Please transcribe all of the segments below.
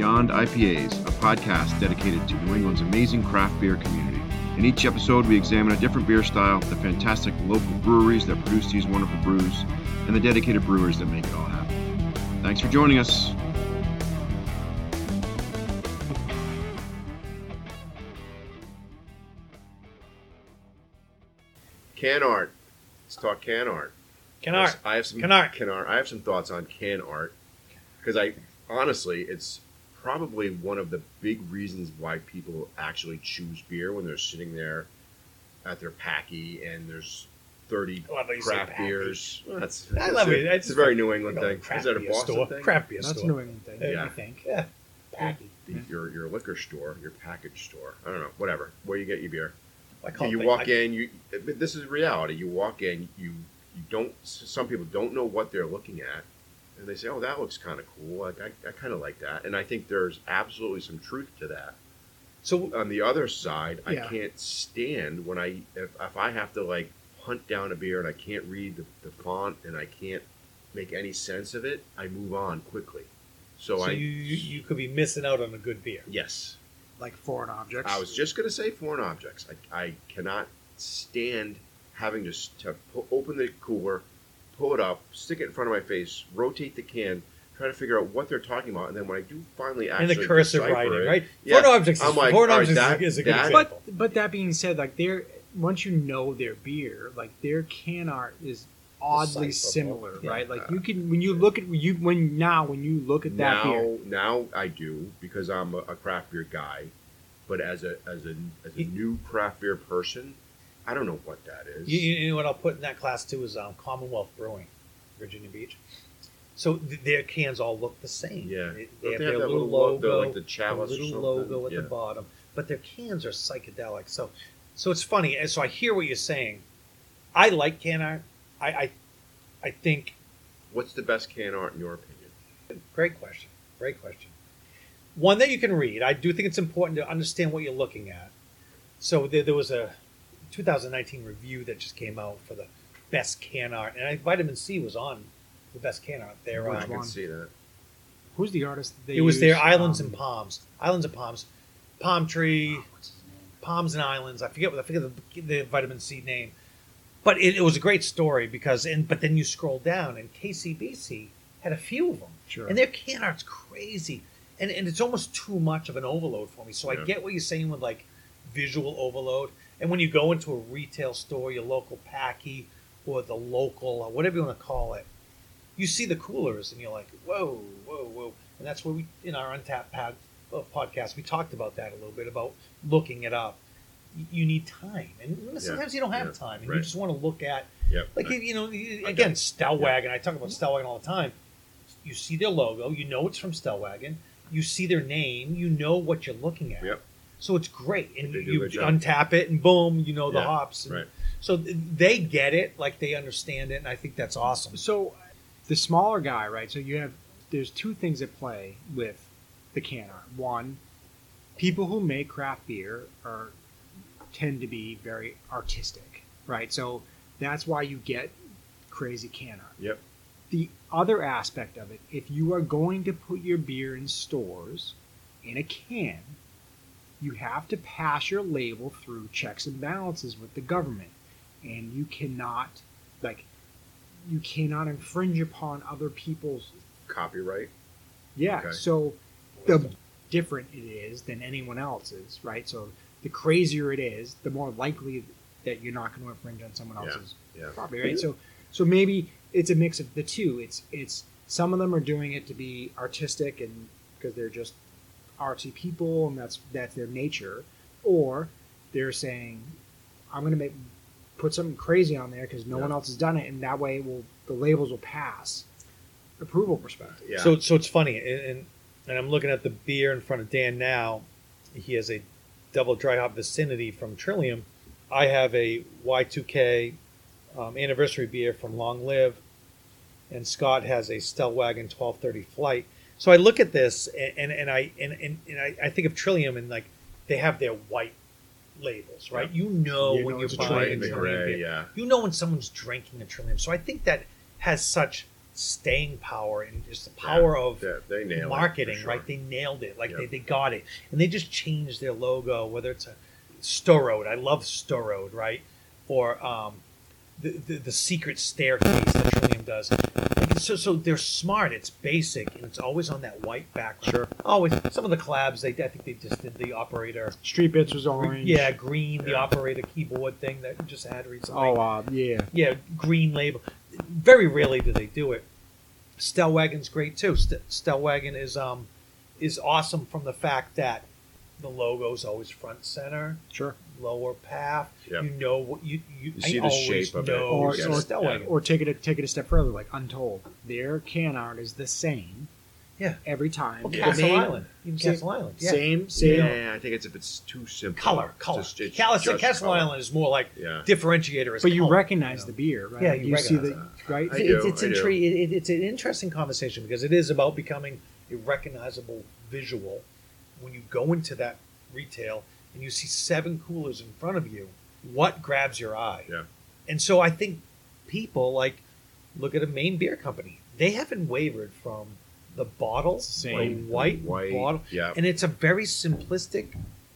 IPAs, a podcast dedicated to New England's amazing craft beer community. In each episode, we examine a different beer style, the fantastic local breweries that produce these wonderful brews, and the dedicated brewers that make it all happen. Thanks for joining us. Can art. Let's talk can art. Can art. I have some Can art. Can art. I have some thoughts on can art because I honestly, it's probably one of the big reasons why people actually choose beer when they're sitting there at their packy and there's thirty Oh, I thought you said craft packy. beers. Well, that's, I love it. That's It's a very New England You know, thing. craft Is that a beer Boston store. thing? Craft beer That's a store. New England thing. Uh, Yeah. You think? Yeah. Packy. The- your your liquor store, your package store. I don't know. Whatever. Where you get your beer. I can't you think- walk I- in. You. But this is reality. You walk in. You. You don't. Some people don't know what they're looking at, and they say, "Oh, that looks kind of cool. Like I, I kind of like that." And I think there's absolutely some truth to that. So On the other side, I Yeah. can't stand when I if, if I have to like hunt down a beer and I can't read the, the font and I can't make any sense of it. I move on quickly. So, So I. you, you you could be missing out on a good beer. yes. Like foreign objects. I was just going to say foreign objects. I, I cannot stand having to, s- to pu- open the cooler, pull it up, stick it in front of my face, rotate the can, try to figure out what they're talking about, and then when I do finally And actually the cursive decipher writing, it- right? Yeah. Foreign objects. Is, I'm like, foreign all right, objects that- is, is a good that- example. But but that being said, like their once you know their beer, like their can art is oddly Decipherable. similar, Yeah. right? Like you can when you look at you when now when you look at that now, beer, now I do because I'm a, a craft beer guy, but as a as a as a You- new craft beer person, I don't know what that is. You, you know what I'll put in that class too is um, Commonwealth Brewing, Virginia Beach. So th- their cans all look the same. Yeah. they, they Don't have they their have that little, lo- the- logo, like the chalice or little something? logo at Yeah. the bottom, but their cans are psychedelic. So, so it's funny. And so I hear what you're saying. I like can art. I, I, I think What's the best can art in your opinion? Great question. Great question. One that you can read. I do think it's important to understand what you're looking at. So there, there was a 2019 review that just came out for the best can art, and I, Vitamin C was on the best can art. There, I Which um, can one? see that. who's the artist? That they it was their use? islands Um, and palms, islands and palms, palm tree, oh, what's his name? palms and islands. I forget what I forget the, the vitamin C name, but it, it was a great story because. And but then you scroll down, and KCBC had a few of them. Sure. And their can art's crazy. And, and it's almost too much of an overload for me. So Yeah. I get what you're saying with like visual overload. And when you go into a retail store, your local packy or the local or whatever you want to call it, you see the coolers and you're like, whoa, whoa, whoa. And that's where we, in our Untapped pod, uh, podcast, we talked about that a little bit about looking it up. Y- You need time. And sometimes you don't have yeah, time. And right. you just want to look at Yep. like I- you know, you- I again, got Stellwagen. I talk about Stellwagen all the time. You see their logo, you know it's from Stellwagen. You see their name, you know what you're looking at. Yep. So it's great, and They do you a good job. untap it, and boom, you know the Yeah, hops. And right. So th- they get it, like they understand it, and I think that's awesome. So the smaller guy, right? So you have there's two things at play with the can art. One, people who make craft beer are tend to be very artistic, right? So that's why you get crazy can art. Yep. The other aspect of it, if you are going to put your beer in stores in a can, you have to pass your label through checks and balances with the government. And you cannot, like, you cannot infringe upon other people's. Copyright. Yeah. Okay. So the different it is than anyone else's, right? So the crazier it is, the more likely that you're not going to infringe on someone Yeah. else's Yeah. property, right? So, so maybe it's a mix of the two. It's it's some of them are doing it to be artistic and because they're just artsy people and that's that's their nature, or they're saying, I'm going to make put something crazy on there because no Yeah. one else has done it, and that way will the labels will pass approval perspective. Yeah. So so it's funny, and, and and I'm looking at the beer in front of Dan now. He has a double dry hop vicinity from Trillium. I have a Y2K um, anniversary beer from Long Live, and Scott has a Stellwagen 1230 Flight. So I look at this, and and, and I and, and, and I, I think of Trillium, and like they have their white labels, right? You know You when know you're it's a White buying and Trillium a the beer. Trillium beer gray. Yeah. you know when someone's drinking a trillium. So I think that has such staying power and just the power of Yeah, they nailed it, for marketing, sure. right? They nailed it. Like they, Yep. they got it. And they just changed their logo, whether it's a Stow Road. I love Stow Road, right? Or um, the, the, the secret staircase that Trillium does. Like, so, so they're smart. It's basic. And it's always on that white background. Sure. Always. Some of the collabs, they, I think they just did the operator. Street Bits was orange. Yeah, green, the Yeah. operator keyboard thing that you just had recently Oh, uh, yeah. yeah, green label. Very rarely do they do it. Stellwagen's great too. St- Stellwagen is um is awesome from the fact that the logo's always front center, Sure. lower path. Yep. You know what you you, You see I the always shape of it. know Oh, Or, it's yes. or, Stellwagen. or take it a, take it a step further, like Untold. Their can art is the same. Yeah. Every time. Well, The Castle main- Island. Even Ca- Castle Island. Yeah. Same, same. Yeah, I think it's if it's too simple. Color, color. Just- it's Castle, just Castle color. Island is more like Yeah. differentiator. Is But you color, recognize know? the beer, right? Oh, Yeah, Like, you see recognize the right. I It's, do, it's, I do. intri- it- it- it's an interesting conversation because it is about becoming a recognizable visual. When you go into that retail and you see seven coolers in front of you, what grabs your eye? Yeah. And so I think people like look at a main beer company. They haven't wavered from the bottle, Same. the white, White, bottle, yeah. and it's a very simplistic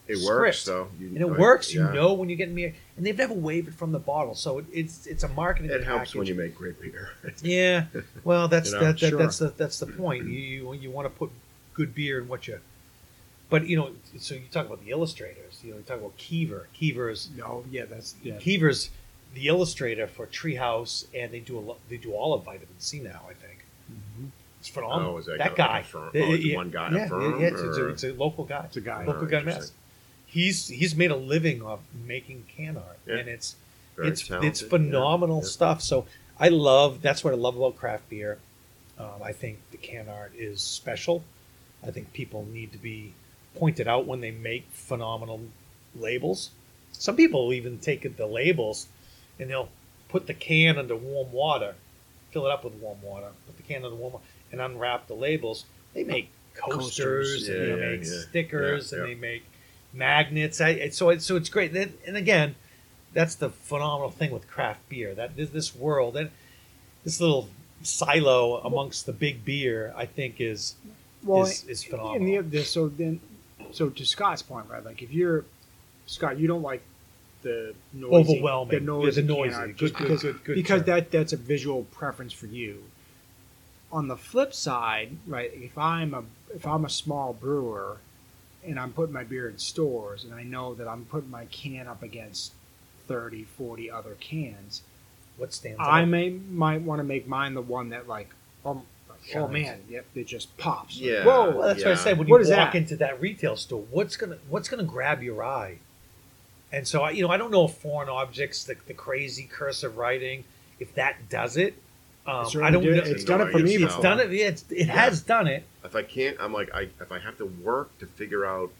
It works script. though. You, and it like, works. yeah. You know when you're getting beer, and they've never wavered from the bottle. So it, it's it's a marketing. It helps when package. you make great beer. Yeah, well, that's You know, that, that, sure. that's the that's the point. You you, you want to put good beer in what you, but you know, so you talk about the illustrators. You know, you talk about Keever. Keever is No, yeah, that's yeah. Keever's the illustrator for Treehouse, and they do a lo- they do all of Vitamin C now. I think Mhm. it's phenomenal. Oh, is that Um, that guy- like guy, a firm- Yeah, oh, it's yeah, one guy, a yeah, firm, yeah, it's, it's a, or- it's a local guy. It's a guy. Oh, local guy interesting. mass. He's he's made a living off making can art, Yeah. and it's Very it's it's talented, yeah, phenomenal yeah. stuff. So I love that's what I love about craft beer. Um, I think the can art is special. I think people need to be pointed out when they make phenomenal labels. Some people even take the labels and they'll put the can under warm water, fill it up with warm water, put the can under warm water, and unwrap the labels. They make coasters, Coasters, and yeah, they yeah, make yeah. stickers, Yeah, and yeah. they make magnets. I, it's so it's so it's great. And, and again, that's the phenomenal thing with craft beer that this, this world and this little silo amongst the big beer, I think is Well, is, is and the, phenomenal. the so then so to Scott's point, right? Like if you're Scott, you don't like the noisy, Overwhelming, the noisy, Yeah, the noisy. can art Good, just good, because, good, good because term. that that's a visual preference for you. On the flip side, right? If I'm a if I'm a small brewer and I'm putting my beer in stores and I know that I'm putting my can up against 30, 40 other cans, what stands I out? may might want to make mine the one that like, um, oh Shines. man, yep, it just pops. Like, Yeah. whoa, Well, that's what I Yeah. said. When What you is walk that? into that retail store, what's gonna what's gonna grab your eye? And so I, you know, I don't know if foreign objects, the, the crazy cursive writing, if that does it. Um, certainly I don't. did- know. It's done it for me. It's before. done it. Yeah, it's, it has done it. If I can't, I'm like, I, if I have to work to figure out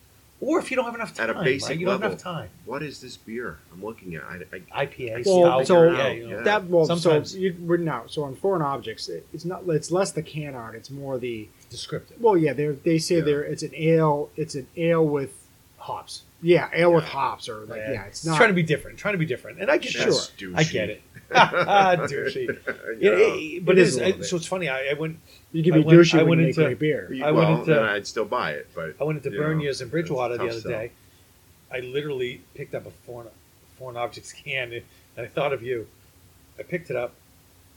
Or if you don't have enough time, At a basic right? you don't have level. enough time. what is this beer I'm looking at, I, I IPA, Well, well, so- yeah, you know. Yeah. That well, Sometimes. so you, we're now so on foreign objects. It, it's not. It's less the can art. It's more the descriptive well, yeah. They they say Yeah. they're it's an ale. It's an ale with hops. yeah, ale with Yeah. hops or like yeah. it's not trying to be different. Trying to be different, and I get that. That's douchey. I get it. douchey. It- it- but It it is is. a little bit. so it's funny. I, I went. You can I be went- douchey I when went you make into- great beer. You- I well, wanted to- then I'd still buy it, but I went to you know, Bernier's in it's Bridgewater the tough other sell. day. I literally picked up a foreign foreign objects can, and I thought of you. I picked it up,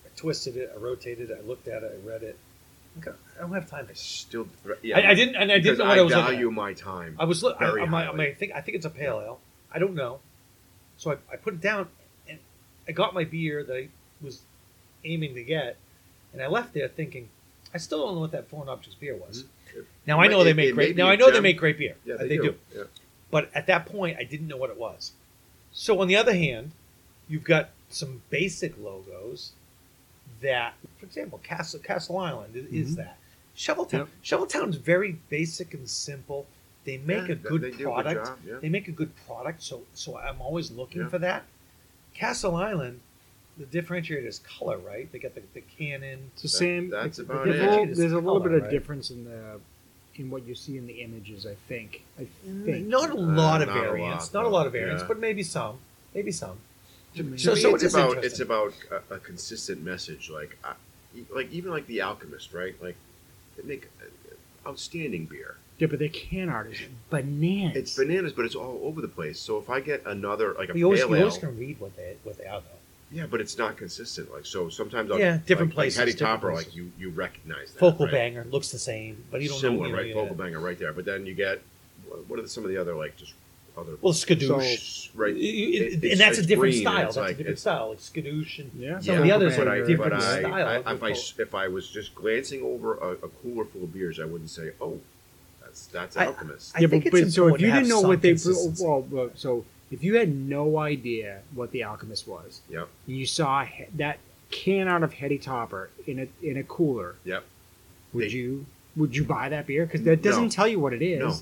I twisted it, I rotated it, I looked at it, I read it. I go, I don't have time I for. still, yeah, I, I didn't, and I because didn't know what I, was looking at. value my time. I was look. I, Very I, might- I, highly. might think I think it's a pale ale. I don't know. So I, I put it down, and I got my beer that I was aiming to get, and I left there thinking, I still don't know what that foreign objects beer was. Now I Right, know Mm-hmm. they it- make it may great. be Now a I know they gem. make great beer. Yeah, Uh, they, do. Yeah. But at that point, I didn't know what it was. So on the other hand, you've got some basic logos that, for example, Castle Castle Island is, is Mhm. Mm-hmm. that. Shoveltown. Yep. Shoveltown's very basic and simple. They make Yeah, a they- good they do a good product. job, yeah. They make a good product, so so I'm always looking Yeah. for that. Castle Island, the differentiator is color, right? They got the, the cannon. It's the same. that's the about different- it. It's There's a little color, bit of right? difference in the in what you see in the images. I think. I think. Mm, Not a lot of not a lot, variants. not a though. lot of variants, Yeah. but maybe some. Maybe some. To me. To So- me, so it it's is about it's interesting. about a, a consistent message. Like I, e- like even like the Alchemist, right? Like they make uh, outstanding beer. Yeah, but their can art is bananas. It's bananas, but it's all over the place. So if I get another like a We always, pale we always ale- can read what they what they are though. yeah, but it's not consistent. Like so, sometimes I'll, Yeah, different like, places, Like Hetty different Topper, places. like you you recognize that Focal right? banger looks the same, but you don't similar, know. right? you know, yeah. Focal banger, right there. But then you get wh- what are the, some of the other like just other Well, skadoosh. Sh- right? You- you- It- it's- and that's a it's different green, and style. it's That's a like- different it's- style, like skadoosh and yeah. Some of the others but are I, different but I, style I, of the if I folk. s- if I was just glancing over a, a cooler full of beers, I wouldn't say, "Oh, that's that's I- Alchemist." I yeah, think but, it's but so important if you to have didn't know some what they consistency. well, well, so if you had no idea what the alchemist was, Yep. and you saw he- that can out of Hetty Topper in a in a cooler, Yep. would They- you would you buy that beer? Because that doesn't No. tell you what it is. No.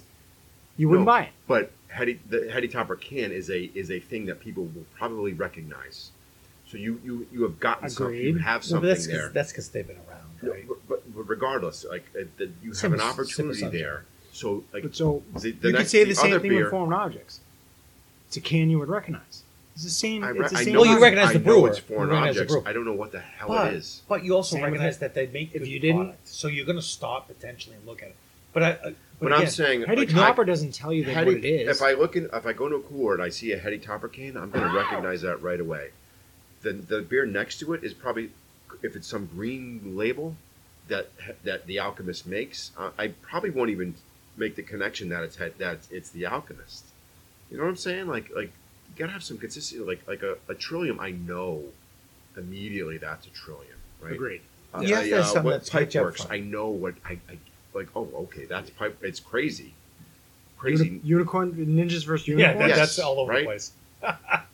You wouldn't No. buy it. But Hetty, the Hetty Topper can is a is a thing that people will probably recognize. So you you you have gotten something. You Agreed. have No, but something that's there. because that's because they've been around, No, right? but, but regardless, like uh, the, you Same have an as- opportunity same as there. So like But so the, the you could next- say the, same other thing beer, with foreign objects. It's a can you would recognize. It's the same. I, re- it's the I same know Well, you it's- concept. recognize the I know brewer. It's foreign You recognize the objects. brewer. I don't know what the hell but, it is. but you also Same with recognize that they make if good you didn't- product, so you're going to stop potentially and look at it. But I, uh, but, But, again, I'm saying Hetty like, I- Topper doesn't tell you that Hetty- what it is. If I look in, if I go into a cooler and I see a Hetty Topper can, I'm going to recognize that right away. The the beer next to it is probably if it's some green label that that the alchemist makes, uh, I probably won't even make the connection that it's Het- that it's the alchemist. You know what I'm saying? Like like you got to have some consistency. Like like a, a trillium, I know immediately that's a trillium, right? Agreed. Uh, You have to have something what that's pipe picked up works. front. I know what I, I like. Oh, okay, that's pipe. It's crazy, crazy. Uni- unicorn ninjas versus yeah, unicorns. that, Yes, that's all over right? the place.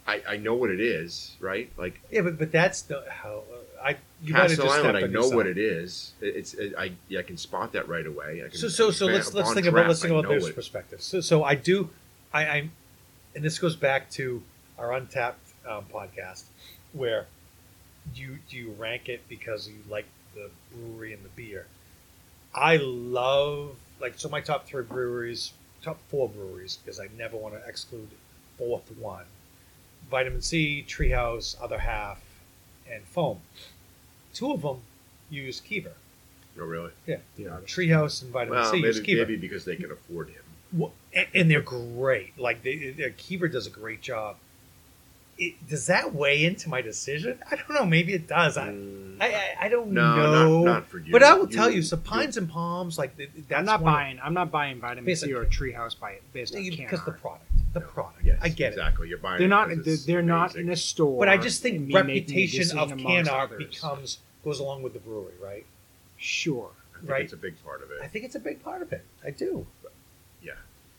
I, I know what it is, right? Like Yeah, but but that's the how uh, I you might have Castle just Island, stepped I on know yourself. what it is. It- It's it, I yeah, I can spot that right away. I can, So so so I can let's span- let's on think draft, about let's think I about know this it. perspective. So so I do I, I'm and this goes back to our Untapped um, podcast where you you rank it because you like the brewery and the beer. I love like so my top three breweries, top four breweries because I never want to exclude fourth one. Vitamin C, Treehouse, Other Half, and Foam. Two of them use Kiever. No, Oh, really. Yeah. Treehouse and Vitamin Well, C use maybe, Kiever. maybe because they can afford him. Well, and, and they're great. Like they, they, Kieber does a great job. It, does that weigh into my decision? I don't know. Maybe it does. I Mm, I, I, I don't no, know. Not, not for you. but I will tell you. So pines and palms, like th- th- that's I'm not one of- buying. I'm not buying vitamin Basic- C or Treehouse by based on can because the art. product, the product. Yes, I get exactly. You're buying. They're it not. because They're, it's they're not amazing. in a store. it. But I just and think me making a reputation decision of can amongst art others. becomes goes along with the brewery, right? sure. I think right. It's a big part of I it. think it's a big part of it. I do. Yeah.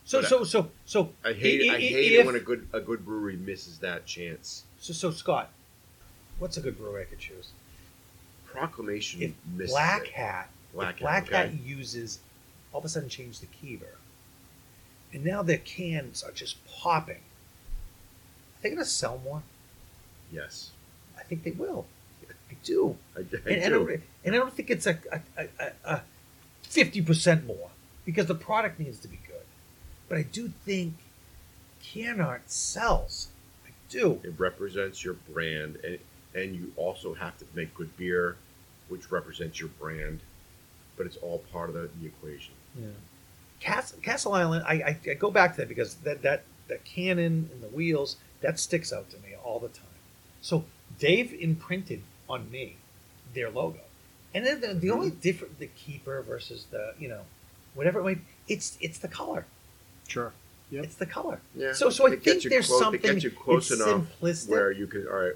So But I- so so so I hate. i- I, i- hate if- it when a good a good brewery misses that chance. so so Scott, what's a good brewery I could choose? Proclamation If misses Black it. Hat Black Hat. Black okay. Hat uses all of a sudden changed the keeper. And now their cans are just popping. Are they gonna sell more? Yes. I think they will. I do. I, I and, I do. don't and I don't think it's a a- a- a fifty percent more because the product needs to be good. But I do think can art sells. I do. It represents your brand, and and you also have to make good beer, which represents your brand. But it's all part of the, the equation. Yeah. Castle, Castle Island, I, I, I go back to that because that, that that cannon and the wheels that sticks out to me all the time. So they've imprinted on me their logo, and then the, Mm-hmm. the only different the keeper versus the you know whatever it might it's it's the color Sure. Yep. it's the color. Yeah. So so I It gets think you there's clo- something It gets you close it's enough simplistic. where you can. All right.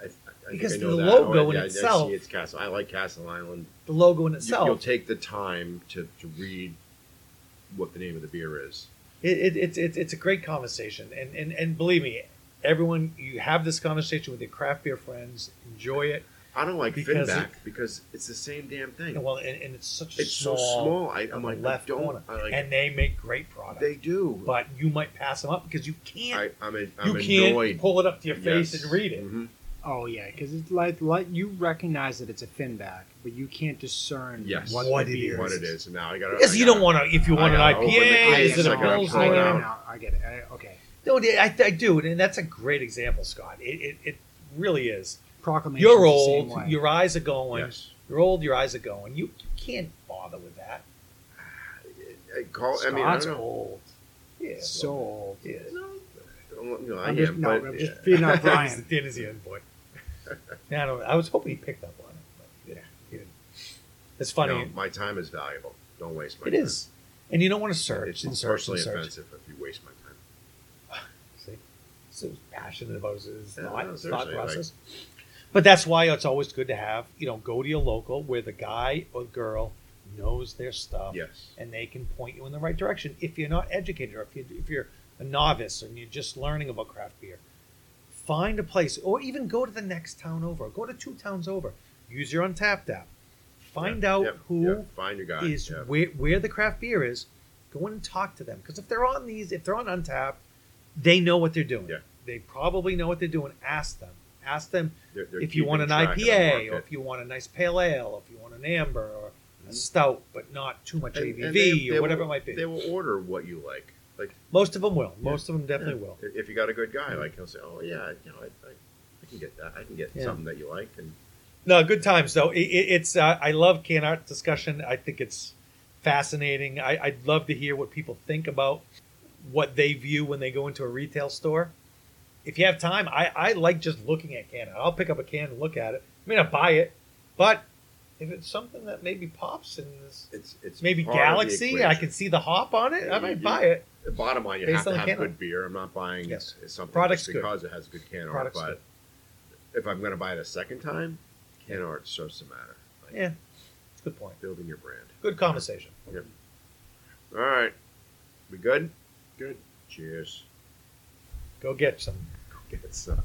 I, I, I Because think I know the that. Oh, yeah, logo in I- I itself- see it's Castle. I like Castle Island. the logo You, in will itself, take the time to, to read what the name of the beer is. it, it, it's it's it's a great conversation, and and and believe me, everyone, you have this conversation with your craft beer friends, enjoy it. I don't like Because Finback because it's the same damn thing. And well, and, and it's such a it's small, so small. I, on I'm the like, left I don't. corner. I like, and they make great product. they do. but you might pass them up because you I, can't. I'm, a, you I'm can't annoyed. pull it up to your face Yes. and read it. Mhm. Oh yeah, because it's like like you recognize that it's a finback, but you can't discern Yes. what, What the it beer is. What it is now? I gotta. Because I you gotta- don't want to. If you I want an gotta open the IPA, case, is it I a gotta I, pull pilsner? it I, out. now. I get it. I, okay. No, I, I do, and that's a great example, Scott. It, it, it really is. proclamation. You're old. Your eyes are going. Yes. You're old. Your eyes are going. You, you can't bother with that. I call. I mean, I Scott's don't know. old. Yeah. so old. Yeah. No, no, I I'm am. just- no, but, I'm just feeding off Brian. Brian. Dan is the end boy. Yeah, I, don't, I was hoping he picked up on it, but he didn't. He didn't. It's funny. No, my time is valuable. Don't waste my it time. is, and you don't want to search. It's, and it's search and personally search. offensive if you waste my time. See? So passionate about his, his Yeah, thought, no, his seriously, thought like- process. but that's why it's always good to have, you know, go to your local where the guy or girl knows their stuff Yes. and they can point you in the right direction. If you're not educated or if, you, if you're a novice and you're just learning about craft beer, find a place or even go to the next town over. Go to two towns over. Use your Untapped app. Find Yeah, out yeah, who yeah, Find your guy. is yeah. where, where the craft beer is. Go in and talk to them because if they're on these, if they're on Untapped, they know what they're doing. Yeah. They probably know what they're doing. Ask them. Ask them They're- they're if you want an keeping track of the IPA or market. Mm-hmm. if you want a nice pale ale, if you want an amber or a stout, but not too much And- ABV and they- or they whatever will- it might be. They will order what you like. Like Most of them will. Most of them definitely will. If if you got a good guy, like he'll say, "Oh yeah, you know, I, I, I can get that. I can get Yeah. something that you like." And No, good times though. It, it, it's uh, I love can art discussion. I think it's fascinating. I, I'd love to hear what people think about what they view when they go into a retail store. If you have time, I, I like just looking at can art. I'll pick up a can and look at it. I mean, I buy it, but if it's something that maybe pops and is it's it's maybe part of the Galaxy, I equation. can see the hop on it. Yeah, I you- might you- buy it. The bottom line, you Based have on to the have can good art. beer. I'm not buying Yes. something Product's just good. because it has good can art. Product's But if I'm going to buy it a second time, can art starts to matter. Like Yeah, good point. building your brand. Good conversation. All right, we good? Good. Cheers. Go get some. Get some.